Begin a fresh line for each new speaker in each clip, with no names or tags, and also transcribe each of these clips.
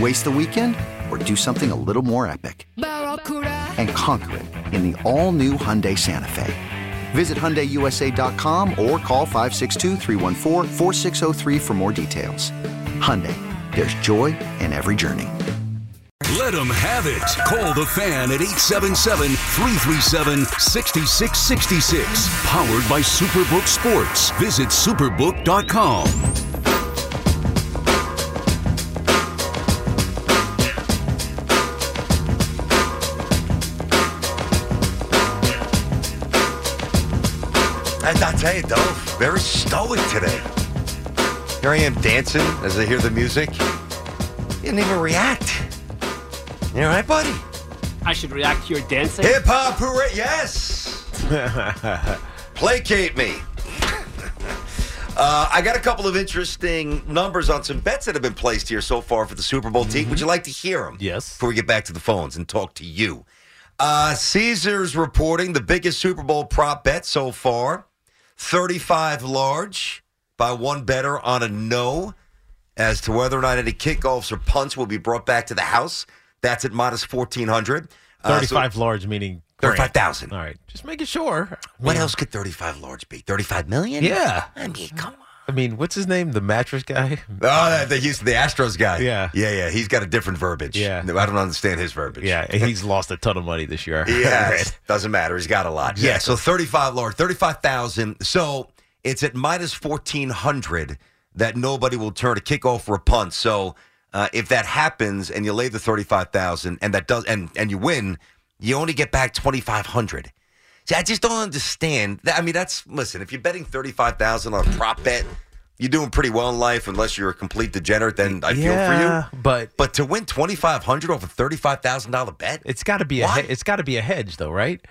Waste the weekend or do something a little more epic
Barracuda.
and conquer it in the all new Hyundai Santa Fe? Visit HyundaiUSA.com or call 562-314-4603 for more details. Hyundai, there's joy in every journey.
Let them have it. Call the fan at 877 337 6666. Powered by Superbook Sports. Visit superbook.com.
And I tell you, Dove, very stoic today. Here I am dancing as I hear the music. Didn't even react. You all right, buddy?
I should react to your dancing.
Hip hop hooray! Yes. Placate me. Uh, I got a couple of interesting numbers on some bets that have been placed here so far for the Super Bowl. Team, would you like to hear them?
Yes.
Before we get back to the phones and talk to you, uh, Caesar's reporting the biggest Super Bowl prop bet so far: thirty-five large by one better on a no as to whether or not any kickoffs or punts will be brought back to the house. That's at minus fourteen hundred. Uh,
35 large meaning grand.
35,000.
All right. Just making sure. I
What
mean-
else could 35 large be? 35 million?
Yeah.
I mean, come on.
I mean, what's his name? The mattress guy?
Oh, that- the Houston, the Astros guy.
Yeah.
Yeah, yeah. He's got a different verbiage.
Yeah.
No, I don't understand his verbiage.
Yeah. and He's lost a ton of money this year. I
Yeah.
heard.
Doesn't matter. He's got a lot. Yeah. So 35 large, 35,000. So it's at minus 1,400 that nobody will turn a kickoff or a punt. So uh, if that happens and you lay the 35,000 and that does, and, and you win, you only get back 2,500. See, I just don't understand. That, I mean, that's listen. If you're betting thirty five thousand on a prop bet, you're doing pretty well in life. Unless you're a complete degenerate, then I feel
Yeah,
for you.
But
But to win twenty five hundred off a thirty five thousand dollar bet,
it's got to be a
Why?
he- it's got to be a hedge though, right?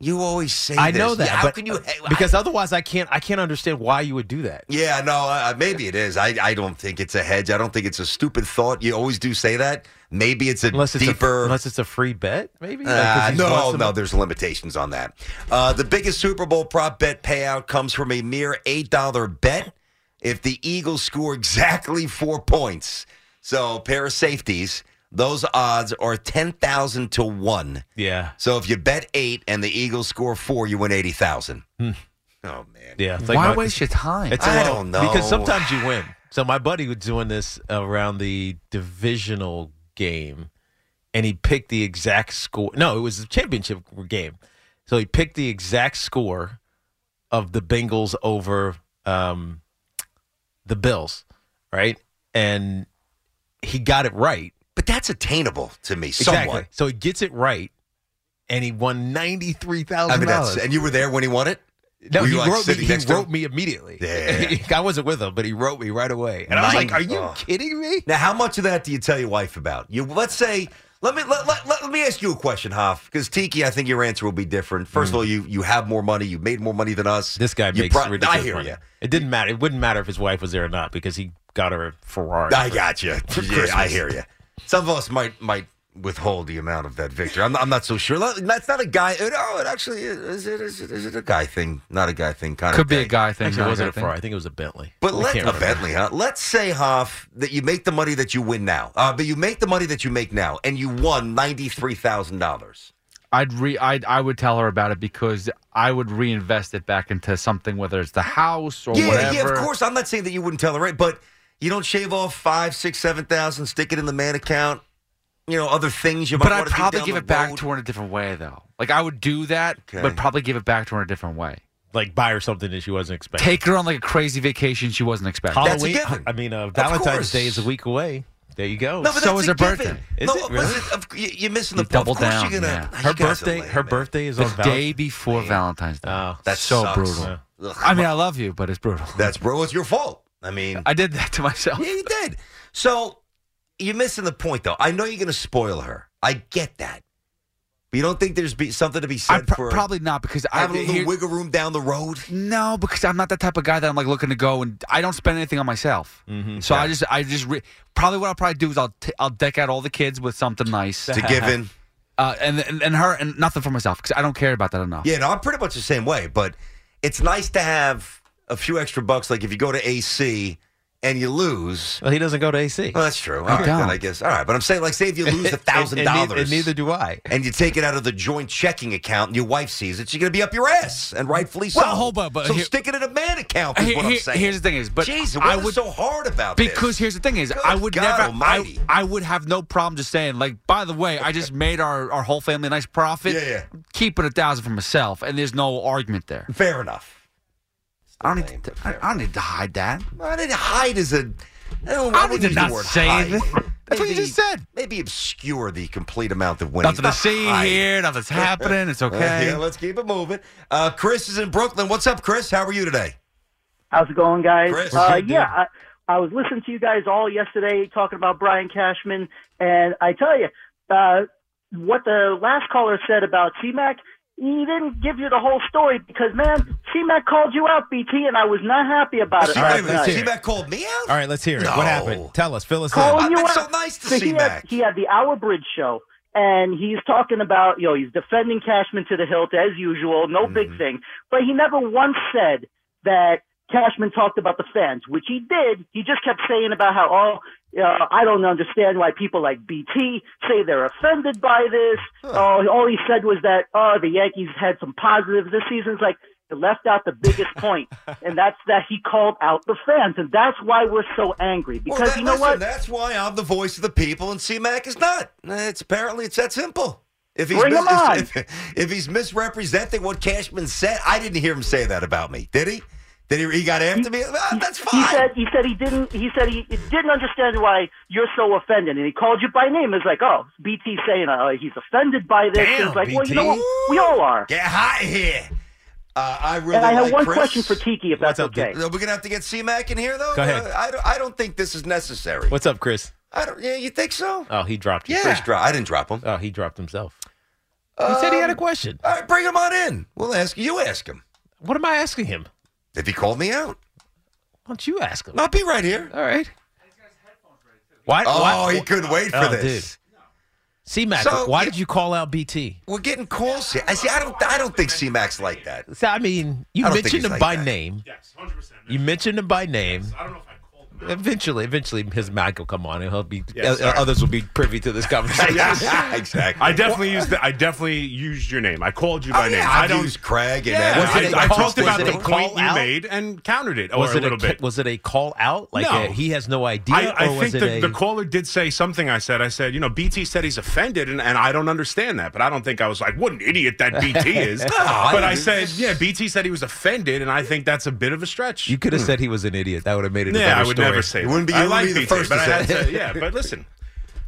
you always say
I
this.
know that.
Yeah, How
but-
can you?
because otherwise I can't I can't understand why you would do that.
Yeah, no, uh, maybe it is. I, I don't think it's a hedge. I don't think it's a stupid thought. You always do say that. Maybe it's a
Unless it's a,
deeper.
unless it's a free bet, maybe. Like, 'cause
Uh,
he's
no,
lost a-
no, there's limitations on that. Uh, the biggest Super Bowl prop bet payout comes from a mere $8 bet if the Eagles score exactly four points. So, pair of safeties, those odds are 10,000 to 1.
Yeah,
So, if you bet eight and the Eagles score four, you win 80,000. Oh, man.
Hmm. yeah. It's like my-
your time?
It's a
I
low-
don't know.
because sometimes you win. So my buddy was doing this around the divisional game, and he picked the exact score. No, it was the championship game. So he picked the exact score of the Bengals over um, the Bills, right? And he got it right.
But that's attainable to me somewhat.
Exactly. So he gets it right, and he won ninety three
I
thousand
mean, that's,
dollars.
and you were there when he won it?
No,
Were
he
you, like,
wrote me.
sitting
He
next to
wrote
him?
me immediately.
Yeah.
I wasn't with him, but he wrote me right away, and I was
Nine-
like, "Are you
oh.
kidding me?"
Now, how much of that do you tell your wife about? You let's say let me let, let, let, let me ask you a question, Hoff, because Tiki, I think your answer will be different. First of all, you you have more money, you made more money than us.
Mm. This guy
you
makes
pro-
ridiculous
I hear
money.
you.
It didn't matter. It wouldn't matter if his wife was there or not because he got her a Ferrari.
I got you. Yeah, I
Christmas.
hear you. Some of us might might withhold the amount of that victory. I'm not, I'm not so sure. That's not a guy. No, it actually is. Is it, is it, is it a guy thing? Not a guy thing. Kind
Could
of
be a
day.
guy thing.
Actually, it
not a
wasn't
guy
a
thing.
Ferrari. I think it was a Bentley.
But
I
let
can't
a
remember.
Bentley, huh? Let's say Hoff that you make the money that you win now, uh, but you make the money that you make now, and you won ninety three thousand dollars.
I'd re I'd, I would tell her about it because I would reinvest it back into something, whether it's the house or
Yeah,
whatever.
yeah, of course. I'm not saying that you wouldn't tell her, right? But you don't shave off five, six, seven thousand, stick it in the man account. You know, other things you might.
But I'd
wanna do
probably
down
give
the
it back
road.
to her in a different way, though. Like I would do that,
Okay.
but probably give it back to her in a different way.
Like buy her something that she wasn't expecting.
Take her on like a crazy vacation she wasn't expecting.
That's a
Halloween.
given.
I mean, uh,
course.
Valentine's Day is a week away. There you go.
No, but
So
that's
is
a
her birthday.
given.
Is
no,
it really?
listen, of- you- you're missing the
You
point. Of
double
course
down,
you're gonna.
yeah.
you
her
guys are
birthday.
lame,
her
man.
birthday is
the
on
day
Valentine's.
before Valentine's Day.
Oh,
That
so
sucks.
brutal.
Yeah.
Ugh,
I mean, I love you, but it's brutal.
that's bro. It's your fault. I mean,
I did that to myself.
Yeah, you did. So you're missing the point, though. I know you're going to spoil her. I get that. But you don't think there's be something to be
I
said
pro-
for
probably not because I
having a little
here-
wiggle room down the road?
No, because I'm not that type of guy that I'm like looking to go and I don't spend anything on myself. So I just, I just re- probably what I'll probably do is I'll t- I'll deck out all the kids with something nice,
It's a given.
uh, and, and and her and nothing for myself because I don't care about that enough.
Yeah, no, I'm pretty much the same way. But it's nice to have a few extra bucks. Like if you go to AC and you lose.
Well, he doesn't go to AC.
Well, that's true. All right, then
don't.
I guess. All right, but I'm saying, like, say if you lose a thousand
And- and neith-
dollars,
And neither do I.
and you take it out of the joint checking account, and your wife sees it, she's gonna be up your ass, and rightfully so.
Well, hold on, but
so
here-
stick it in a man account. Is
Here-
what I'm
here-
saying.
here's the thing is, but
Jeez,
I
why
would-
so hard about this?
Because here's the thing is,
Good
I would
God
never, I,
Almighty.
I would have no problem just saying, like, by the way, I just made our, our whole family a nice profit.
Yeah, yeah.
I'm keeping a thousand for myself, and there's no argument there.
fair enough.
I don't
lame,
need, to,
but
I, I don't need to hide that.
I didn't hide as a. I don't,
I
wouldn't
did
use the
not
word
say
hide.
anything. That's what
Maybe-
you just said.
Maybe obscure the complete amount of winnings.
Nothing to
Not
see
hide.
here. Nothing's happening. It's
Uh,
okay.
yeah, let's keep it moving. Uh, Chris is in Brooklyn. What's up, Chris? How are you today?
How's it going, guys?
Chris.
uh,
We're good,
yeah, I, I was listening to you guys all yesterday talking about Brian Cashman, and I tell you, uh, what the last caller said about C-Mac, he didn't give you the whole story because, man, C-Mac called you out, BT, and I was not happy about it.
She
last
wait a minute,
night.
let's hear it.
C-Mac called me out.
All right, let's hear it.
No.
What happened? Tell us. Fill us in.
calling
I've
you
been
out.
so nice to
So
see
he had,
Mac.
He had the Hour Bridge show, and he's talking about, you know, he's defending Cashman to the hilt as usual, no
Mm-hmm.
big thing. But he never once said that Cashman talked about the fans, which he did. He just kept saying about how, oh, uh, I don't understand why people like BT say they're offended by this. Oh, all he said was that, oh, the Yankees had some positives this season. It's like, it left out the biggest point, and that's that he called out the fans, and that's why we're so angry. Because
well, that-
you know
listen,
what?
That's why I'm the voice of the people, and C-Mac is not. It's apparently it's that simple. If he's,
Bring him on.
if, if he's misrepresenting what Cashman said, I didn't hear him say that about me. Did he? Did he? He got after me. Ah, that's fine.
He said he said he didn't he said he didn't understand why you're so offended, and he called you by name. It's like, oh, BT saying uh, he's offended by this.
Damn,
it's like, well, you
BT.
know what? We all are.
Get hot here. Uh, I really.
And I have
like
one
Chris.
question for Tiki, if
What's
that's
up,
okay.
We're gonna have to get C-Mac in here, though.
Go ahead.
Uh, I, don't, I don't think this is necessary.
What's up, Chris?
I don't. Yeah, you think so?
Oh, he dropped you.
Chris dro- I didn't drop him.
Oh, he dropped himself. He said he
Um,
had a question.
All right, bring him on in. We'll ask you. Ask him
What am I asking him?
if he called me out.
Why don't you ask him?
I'll be right here.
All right. Why?
Oh,
why,
he couldn't wait for
Oh,
this.
C-Mac,
So,
why
yeah.
did you call out BT?
We're getting calls here. I see. I don't. I don't think C Mac's like that.
So, I mean, you
I don't think
mentioned
he's
him
like
by
that.
name. Yes, 100%. You mentioned him by name. I don't know if I called him Eventually, eventually, his mic will come on, and he'll be. uh,
sorry.
others will be privy to this conversation.
Yeah, exactly.
I definitely used the, I definitely used your name. I called you
Oh,
by
yeah,
name.
I've
I don't.
used Craig. And
Yeah,
Evan.
Was it a
I, I
call-
talked about
was it
the
a call
point you
out?
made and countered it,
Was
or a
it
little
ca-
bit.
Was it a call out? Like
No.
uh, he has no idea.
I, I
or was
think the,
it
the
a-
caller did say something. I said, I said, you know, BT said he's offended, and, and I don't understand that. But I don't think I was like, what an idiot that BT is.
Oh,
I
but I
didn't.
said, yeah, BT said he was offended, and I think that's a bit of a stretch.
You could have said he was an idiot. That would have made it. A
Yeah,
better
I would
story.
never say.
It
that.
wouldn't be-
I
you
like
wouldn't be
BT,
the first
but
to
I
say
had to. Yeah, but listen,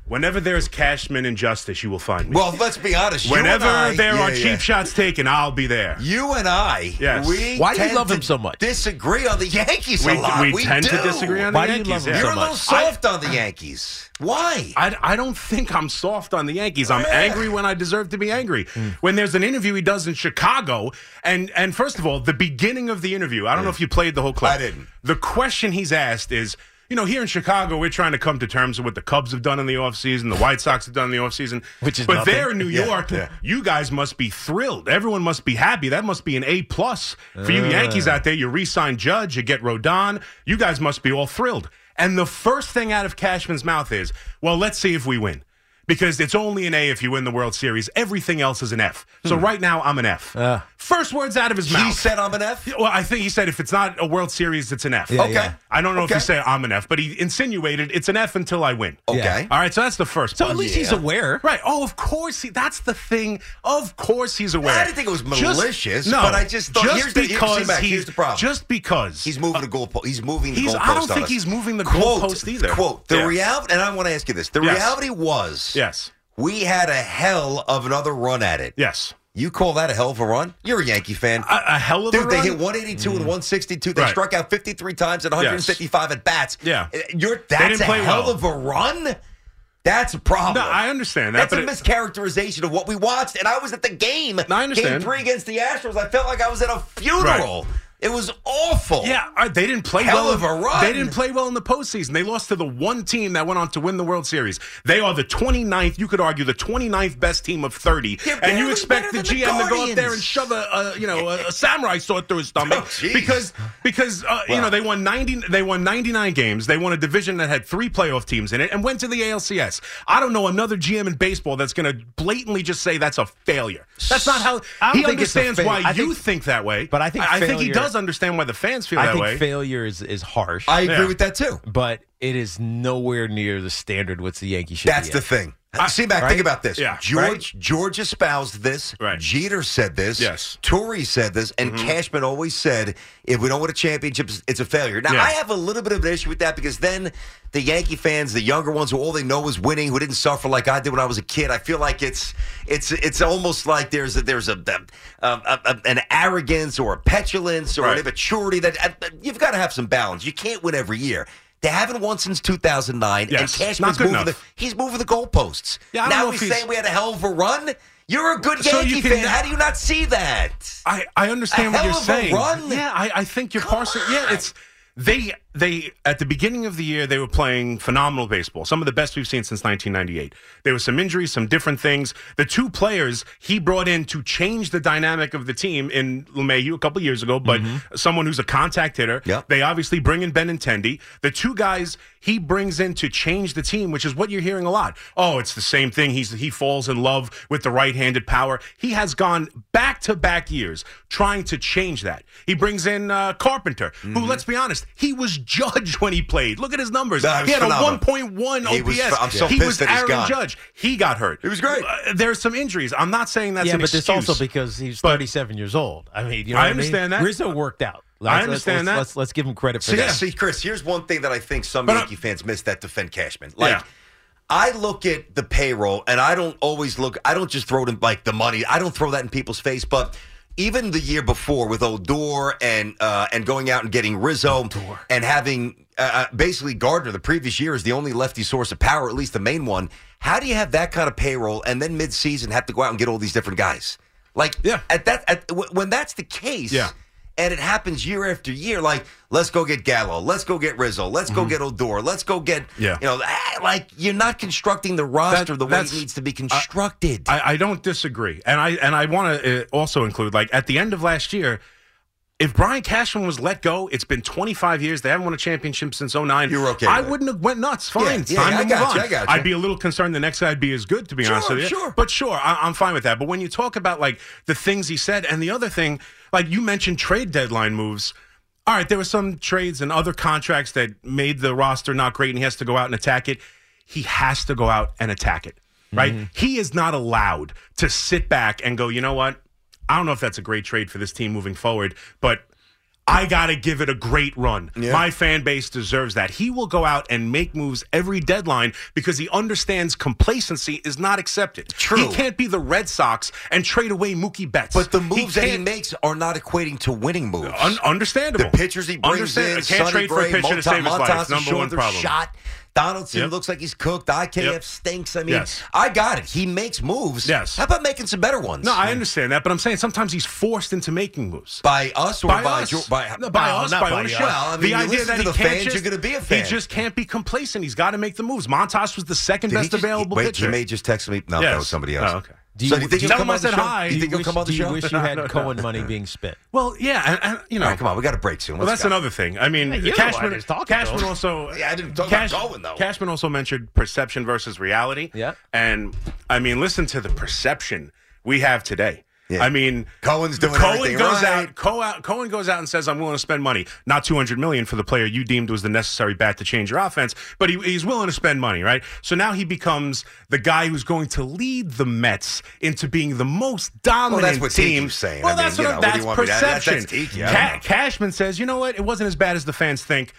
whenever there's Cashman and Justice, you will find me.
Well, let's be honest.
whenever
you and I,
there
yeah,
are
yeah.
cheap shots taken, I'll be there.
you and I,
Yes.
we
Why do you
tend
love
to
him so much?
Disagree on the Yankees
We,
a lot.
we, tend
do.
to disagree on
Why
the
do you love
Yankees.
him
yeah.
so
You're a little
much?
soft on the Yankees. Why?
I, I don't think I'm soft on the Yankees. I'm angry when I deserve to be angry.
Hmm.
When there's an interview he does in Chicago, and and first of all, the beginning of the interview, I don't know if you played the whole clip.
I didn't.
The question he's asked is, you know, here in Chicago, we're trying to come to terms with what the Cubs have done in the offseason, the White Sox have done in the offseason.
Which is
but
nothing.
there in New
Yeah,
York,
yeah.
you guys must be thrilled. Everyone must be happy. That must be an A plus for
Ah.
you Yankees out there. You re-sign Judge, you get Rodon. You guys must be all thrilled. And the first thing out of Cashman's mouth is, "Well, let's see if we win." Because it's only an A if you win the World Series. Everything else is an F. So right now, I'm an F. First words out of his mouth.
Hmm. Ah. He said I'm an F.
Yeah, Well, I think he said if it's not a World Series, it's an F.
Okay. yeah.
I don't know
Okay.
if he said I'm an F, but he insinuated it's an F until I win.
Okay.
All right, so that's the first.
So
part.
at least he's aware.
Right. Oh, of course. He, that's the thing. Of course he's aware.
I didn't think it was
Just-
malicious,
no,
but I just thought-
just
here's the- here's-
because
see, Mac,
he-
here's the problem.
Just because
He's moving the goalpost. He's moving the
he's-
goalpost.
I don't
on
think
us.
he's moving the
Quote-
goalpost either.
Quote the
Yeah.
reality, and I want to ask you this: the
Yes.
reality was,
yes,
we had a hell of another run at it.
yes,
You call that a hell of a run? You're a Yankee fan.
a, a hell of a
Dude, they
run. Mm.
hit 182 and 162. They
Right.
struck out 53 times and 155 at bats.
Yeah.
You're, that's
didn't
a
play
hell
well.
of a run? That's a problem.
No, I understand that, but it-
That's a mischaracterization of what we watched. And I was at the game.
No, I understand.
Game three against the Astros. I felt like I was at a funeral. It was awful.
Yeah, uh, they didn't play
Hell
well.
of a run.
They didn't play well in the postseason. They lost to the one team that went on to win the World Series. They are the 29th, you could argue, the 29th best team of 30.
They're
and
barely
you expect the
better than the
GM to go up there
Guardians.
and shove a, a you know a, a samurai sword through his stomach
Oh, jeez.
because because uh, you
Wow.
know they won 90 they won 99 games. They won a division that had three playoff teams in it and went to the ALCS. I don't know another GM in baseball that's going to blatantly just say that's a failure. That's not how
I don't
he
think it's a
understands
fail-
why
I
you
think-
think, that way.
but I think
I, think he
failure-
does understand why the fans feel
I
that
think
way.
failure is, is harsh,
I agree
Yeah.
with that too.
but it is nowhere near the standard what's the Yankee should
That's
be
the
at.
thing. See, back. Think about this.
Yeah.
George George espoused this.
Right.
Jeter said this.
Yes. Mm-hmm.
Tory said this, and Cashman always said, "If we don't win a championship, it's a failure." Now,
Yeah.
I have a little bit of an issue with that because then the Yankee fans, the younger ones, who all they know is winning, who didn't suffer like I did when I was a kid, I feel like it's it's it's almost like there's a, there's a, a, a- a- an arrogance or a petulance or
Right.
an immaturity that uh, you've got to have some balance. You can't win every year. They haven't won since 2009, and
Yes. Not
Cashman's
good
moving
enough.
the He's moving the goalposts.
Yeah, I don't
now
know if
he's,
he's-
saying we had a hell of a run. You're a good
So
Yankee
you can
fan.
now-
How do you not see that?
I, I understand
A
what
hell
you're
of a
saying.
run.
Yeah, I, I think you're
Come
parsing.
on.
Yeah, it's they they at the beginning of the year they were playing phenomenal baseball, some of the best we've seen since 1998. There was some injuries, some different things. The two players he brought in to change the dynamic of the team in LeMahieu a couple years ago, but someone who's a contact hitter.
Mm-hmm. Yep.
They obviously bring in Benintendi. The two guys he brings in to change the team, which is what you're hearing a lot. Oh, it's the same thing. He's he falls in love with the right-handed power. He has gone back to back years trying to change that. He brings in uh, Carpenter,
Mm-hmm.
who, let's be honest, he was judged when he played. Look at his numbers.
That was
he had
phenomenal.
a 1.1
He was-
OPS.
I'm so
he
pissed
was
that he's
Aaron
gone.
Judge. He got hurt. It
was great.
Uh, there's some injuries. I'm not saying that's
yeah,
an
but it's
excuse.
also because he's
But-
37 years old. I mean, you know
I
what
understand
mean?
that.
Rizzo worked out.
I understand
let's,
that.
Let's, let's give him credit for
See,
that.
see, Chris, here's one thing that I think some
But, uh,
Yankee fans miss that defend Cashman. Like,
Yeah.
I look at the payroll, and I don't always look. I don't just throw it in like the money. I don't throw that in people's face, but. Even the year before, with Odor and uh, and going out and getting Rizzo and having uh, uh, basically Gardner the previous year is the only lefty source of power, at least the main one. How do you have that kind of payroll and then midseason have to go out and get all these different guys? Like
Yeah.
at that at, w- when that's the case,
Yeah.
and it happens year after year. Like, let's go get Gallo. Let's go get Rizzo. Let's go get Odor. Let's go get,
Mm-hmm. Yeah.
you know, ah, like you're not constructing the roster the way it
that's-
needs to be constructed.
I, I don't disagree, and I and I want to uh, also include like at the end of last year. If Brian Cashman was let go, it's been 25 years. They haven't won a championship since 09.
You're okay
I
with it.
wouldn't have went nuts. Fine.
Yeah,
it's
yeah,
time
I
to
got
move
you,
on.
I got you.
I'd be a little concerned the next guy'd be as good, to be honest
Sure,
with you.
sure.
But sure, I, I'm fine with that. But when you talk about like the things he said and the other thing, like you mentioned trade deadline moves. All right, there were some trades and other contracts that made the roster not great, and he has to go out and attack it. He has to go out and attack it, right? He is not allowed to sit back and go, you know what? I don't know if that's a great trade for this team moving forward, but I got to give it a great run. My fan base deserves that. He will go out and make moves every deadline because he understands complacency is not accepted.
True.
He can't be the Red Sox and trade away Mookie Betts.
but the moves that he
can't-
makes are not equating to winning moves.
Un- understandable.
the pitchers he brings
Understand-
in,
can't
Sonny
trade
Gray,
for a pitcher to
Monta-
save his life.
Montas
It's
is
number
showing
one
their
problem.
shot. Donaldson
Yep.
looks like he's cooked. IKF
Yep.
stinks. I mean,
Yes.
I got it. He makes moves.
Yes.
How about making some better ones?
No, I understand that, but I'm saying sometimes he's forced into making moves.
by us or by
us.
Jo- by,
No, by
No,
us,
not
by
by
ownership.
us.
Well, I mean,
the
you
idea
listen
that
to
he
the
can't
fans,
just,
you're gonna be a
He
fan.
just can't be complacent. He's got to make the moves. Montas was the second
Did he
best
just-
available
Wait,
pitcher.
he may just text me. No, that
Yes.
was somebody else.
Oh, okay.
Do
so do you think
do
he'll
tell
come
him I
on the
said
show?
hi.
Do you think
do
he'll
wish-
come on the
do
show?
you wish you had Cohen money being spent?
Well, yeah, and, and, you know,
All right, come on, we got a break soon.
Well,
Let's
that's
go.
another thing. I mean,
you're the one
Cashman,
who's talking,
Cashman
though.
also.
Yeah, I didn't talk about Cohen, though.
Cashman also mentioned perception versus reality.
Yeah.
And, I mean, listen to the perception we have today.
Yeah.
I mean,
Cohen's doing
Cohen
everything
goes
right.
out. Cohen, Cohen goes out and says, "I'm willing to spend money, not 200 million for the player you deemed was the necessary bat to change your offense, but he, he's willing to spend money, right? So now he becomes the guy who's going to lead the Mets into being the most dominant
Well, that's what
team.
Tiki's saying.
Well,
I mean,
that's
you
what
know,
I'm-
what do
that's
you want me to- that's-
perception.
that's Tiki, I don't
Ca-
know.
Cashman says, "You know what? It wasn't as bad as the fans think.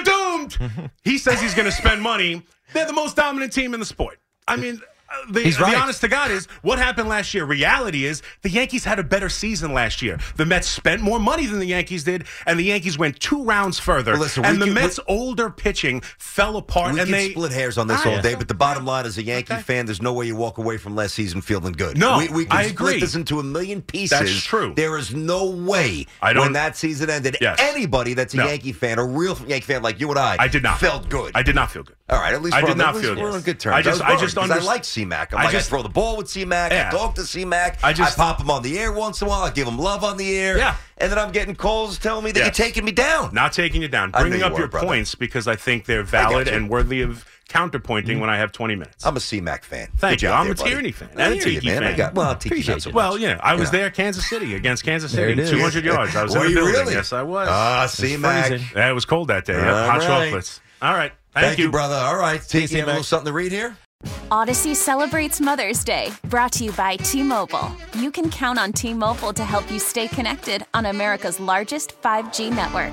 doomed." he says he's going to spend money. They're the most dominant team in the sport. I mean. uh, The,
He's right.
the honest to God is what happened last year. Reality is the Yankees had a better season last year. The Mets spent more money than the Yankees did, and the Yankees went two rounds further.
Well, listen,
and
we can-
the Mets' older pitching fell apart,
We
and
can
they
split hairs on this
Ah,
all day,
yeah.
but the bottom line is, a Yankee
Okay.
fan, there's no way you walk away from last season feeling good.
No,
we, we can
I
split
agree.
this into a million pieces.
true.
There is no way
I don't-
when that season ended,
Yes.
anybody that's a
No.
Yankee fan, a real Yankee fan like you and I,
I did not
felt good.
I did not feel good.
All right, at least
I
we're
did
on, the-
not
at least
feel
we're
good.
on good terms.
I just-
I, was
I just
worried 'cause
underst-
I like C-Mac. I'm
I
like,
just-
I throw the ball with C-Mac. I
Yeah.
talk to C-Mac.
I
I,
just-
pop him on the air once in a while. I give him love on the air.
Yeah.
And then I'm getting calls telling me that
Yes.
you're taking me down.
Not taking you down,
I know
bringing
you
up
are,
your
brother.
points because I think they're valid
you. Mm-hmm.
and worthy of counterpointing when I have 20 minutes.
I'm a C-Mac fan.
Thank
Good
you.
job
I'm
there,
a
buddy.
Tierney fan.
I
And a
hear you,
Tiki
man. I
fan.
got, well, Tiki
Appreciate
not so
you.
much.
Well, yeah, I was
Yeah.
there, Kansas City against Kansas
There
City,
it is.
200 yards. I was
Were
in the
you
building.
really?
Yes, I was.
Ah, C-Mac.
freezing.
Yeah, it was cold that day. Yeah,
All
hot
right.
chocolates. All right. Thank,
Thank, you. brother. All right. Tiki, you have a
Mac.
little something to read here?
Odyssey celebrates Mother's Day, brought to you by T Mobile. You can count on T Mobile to help you stay connected on America's largest 5G network.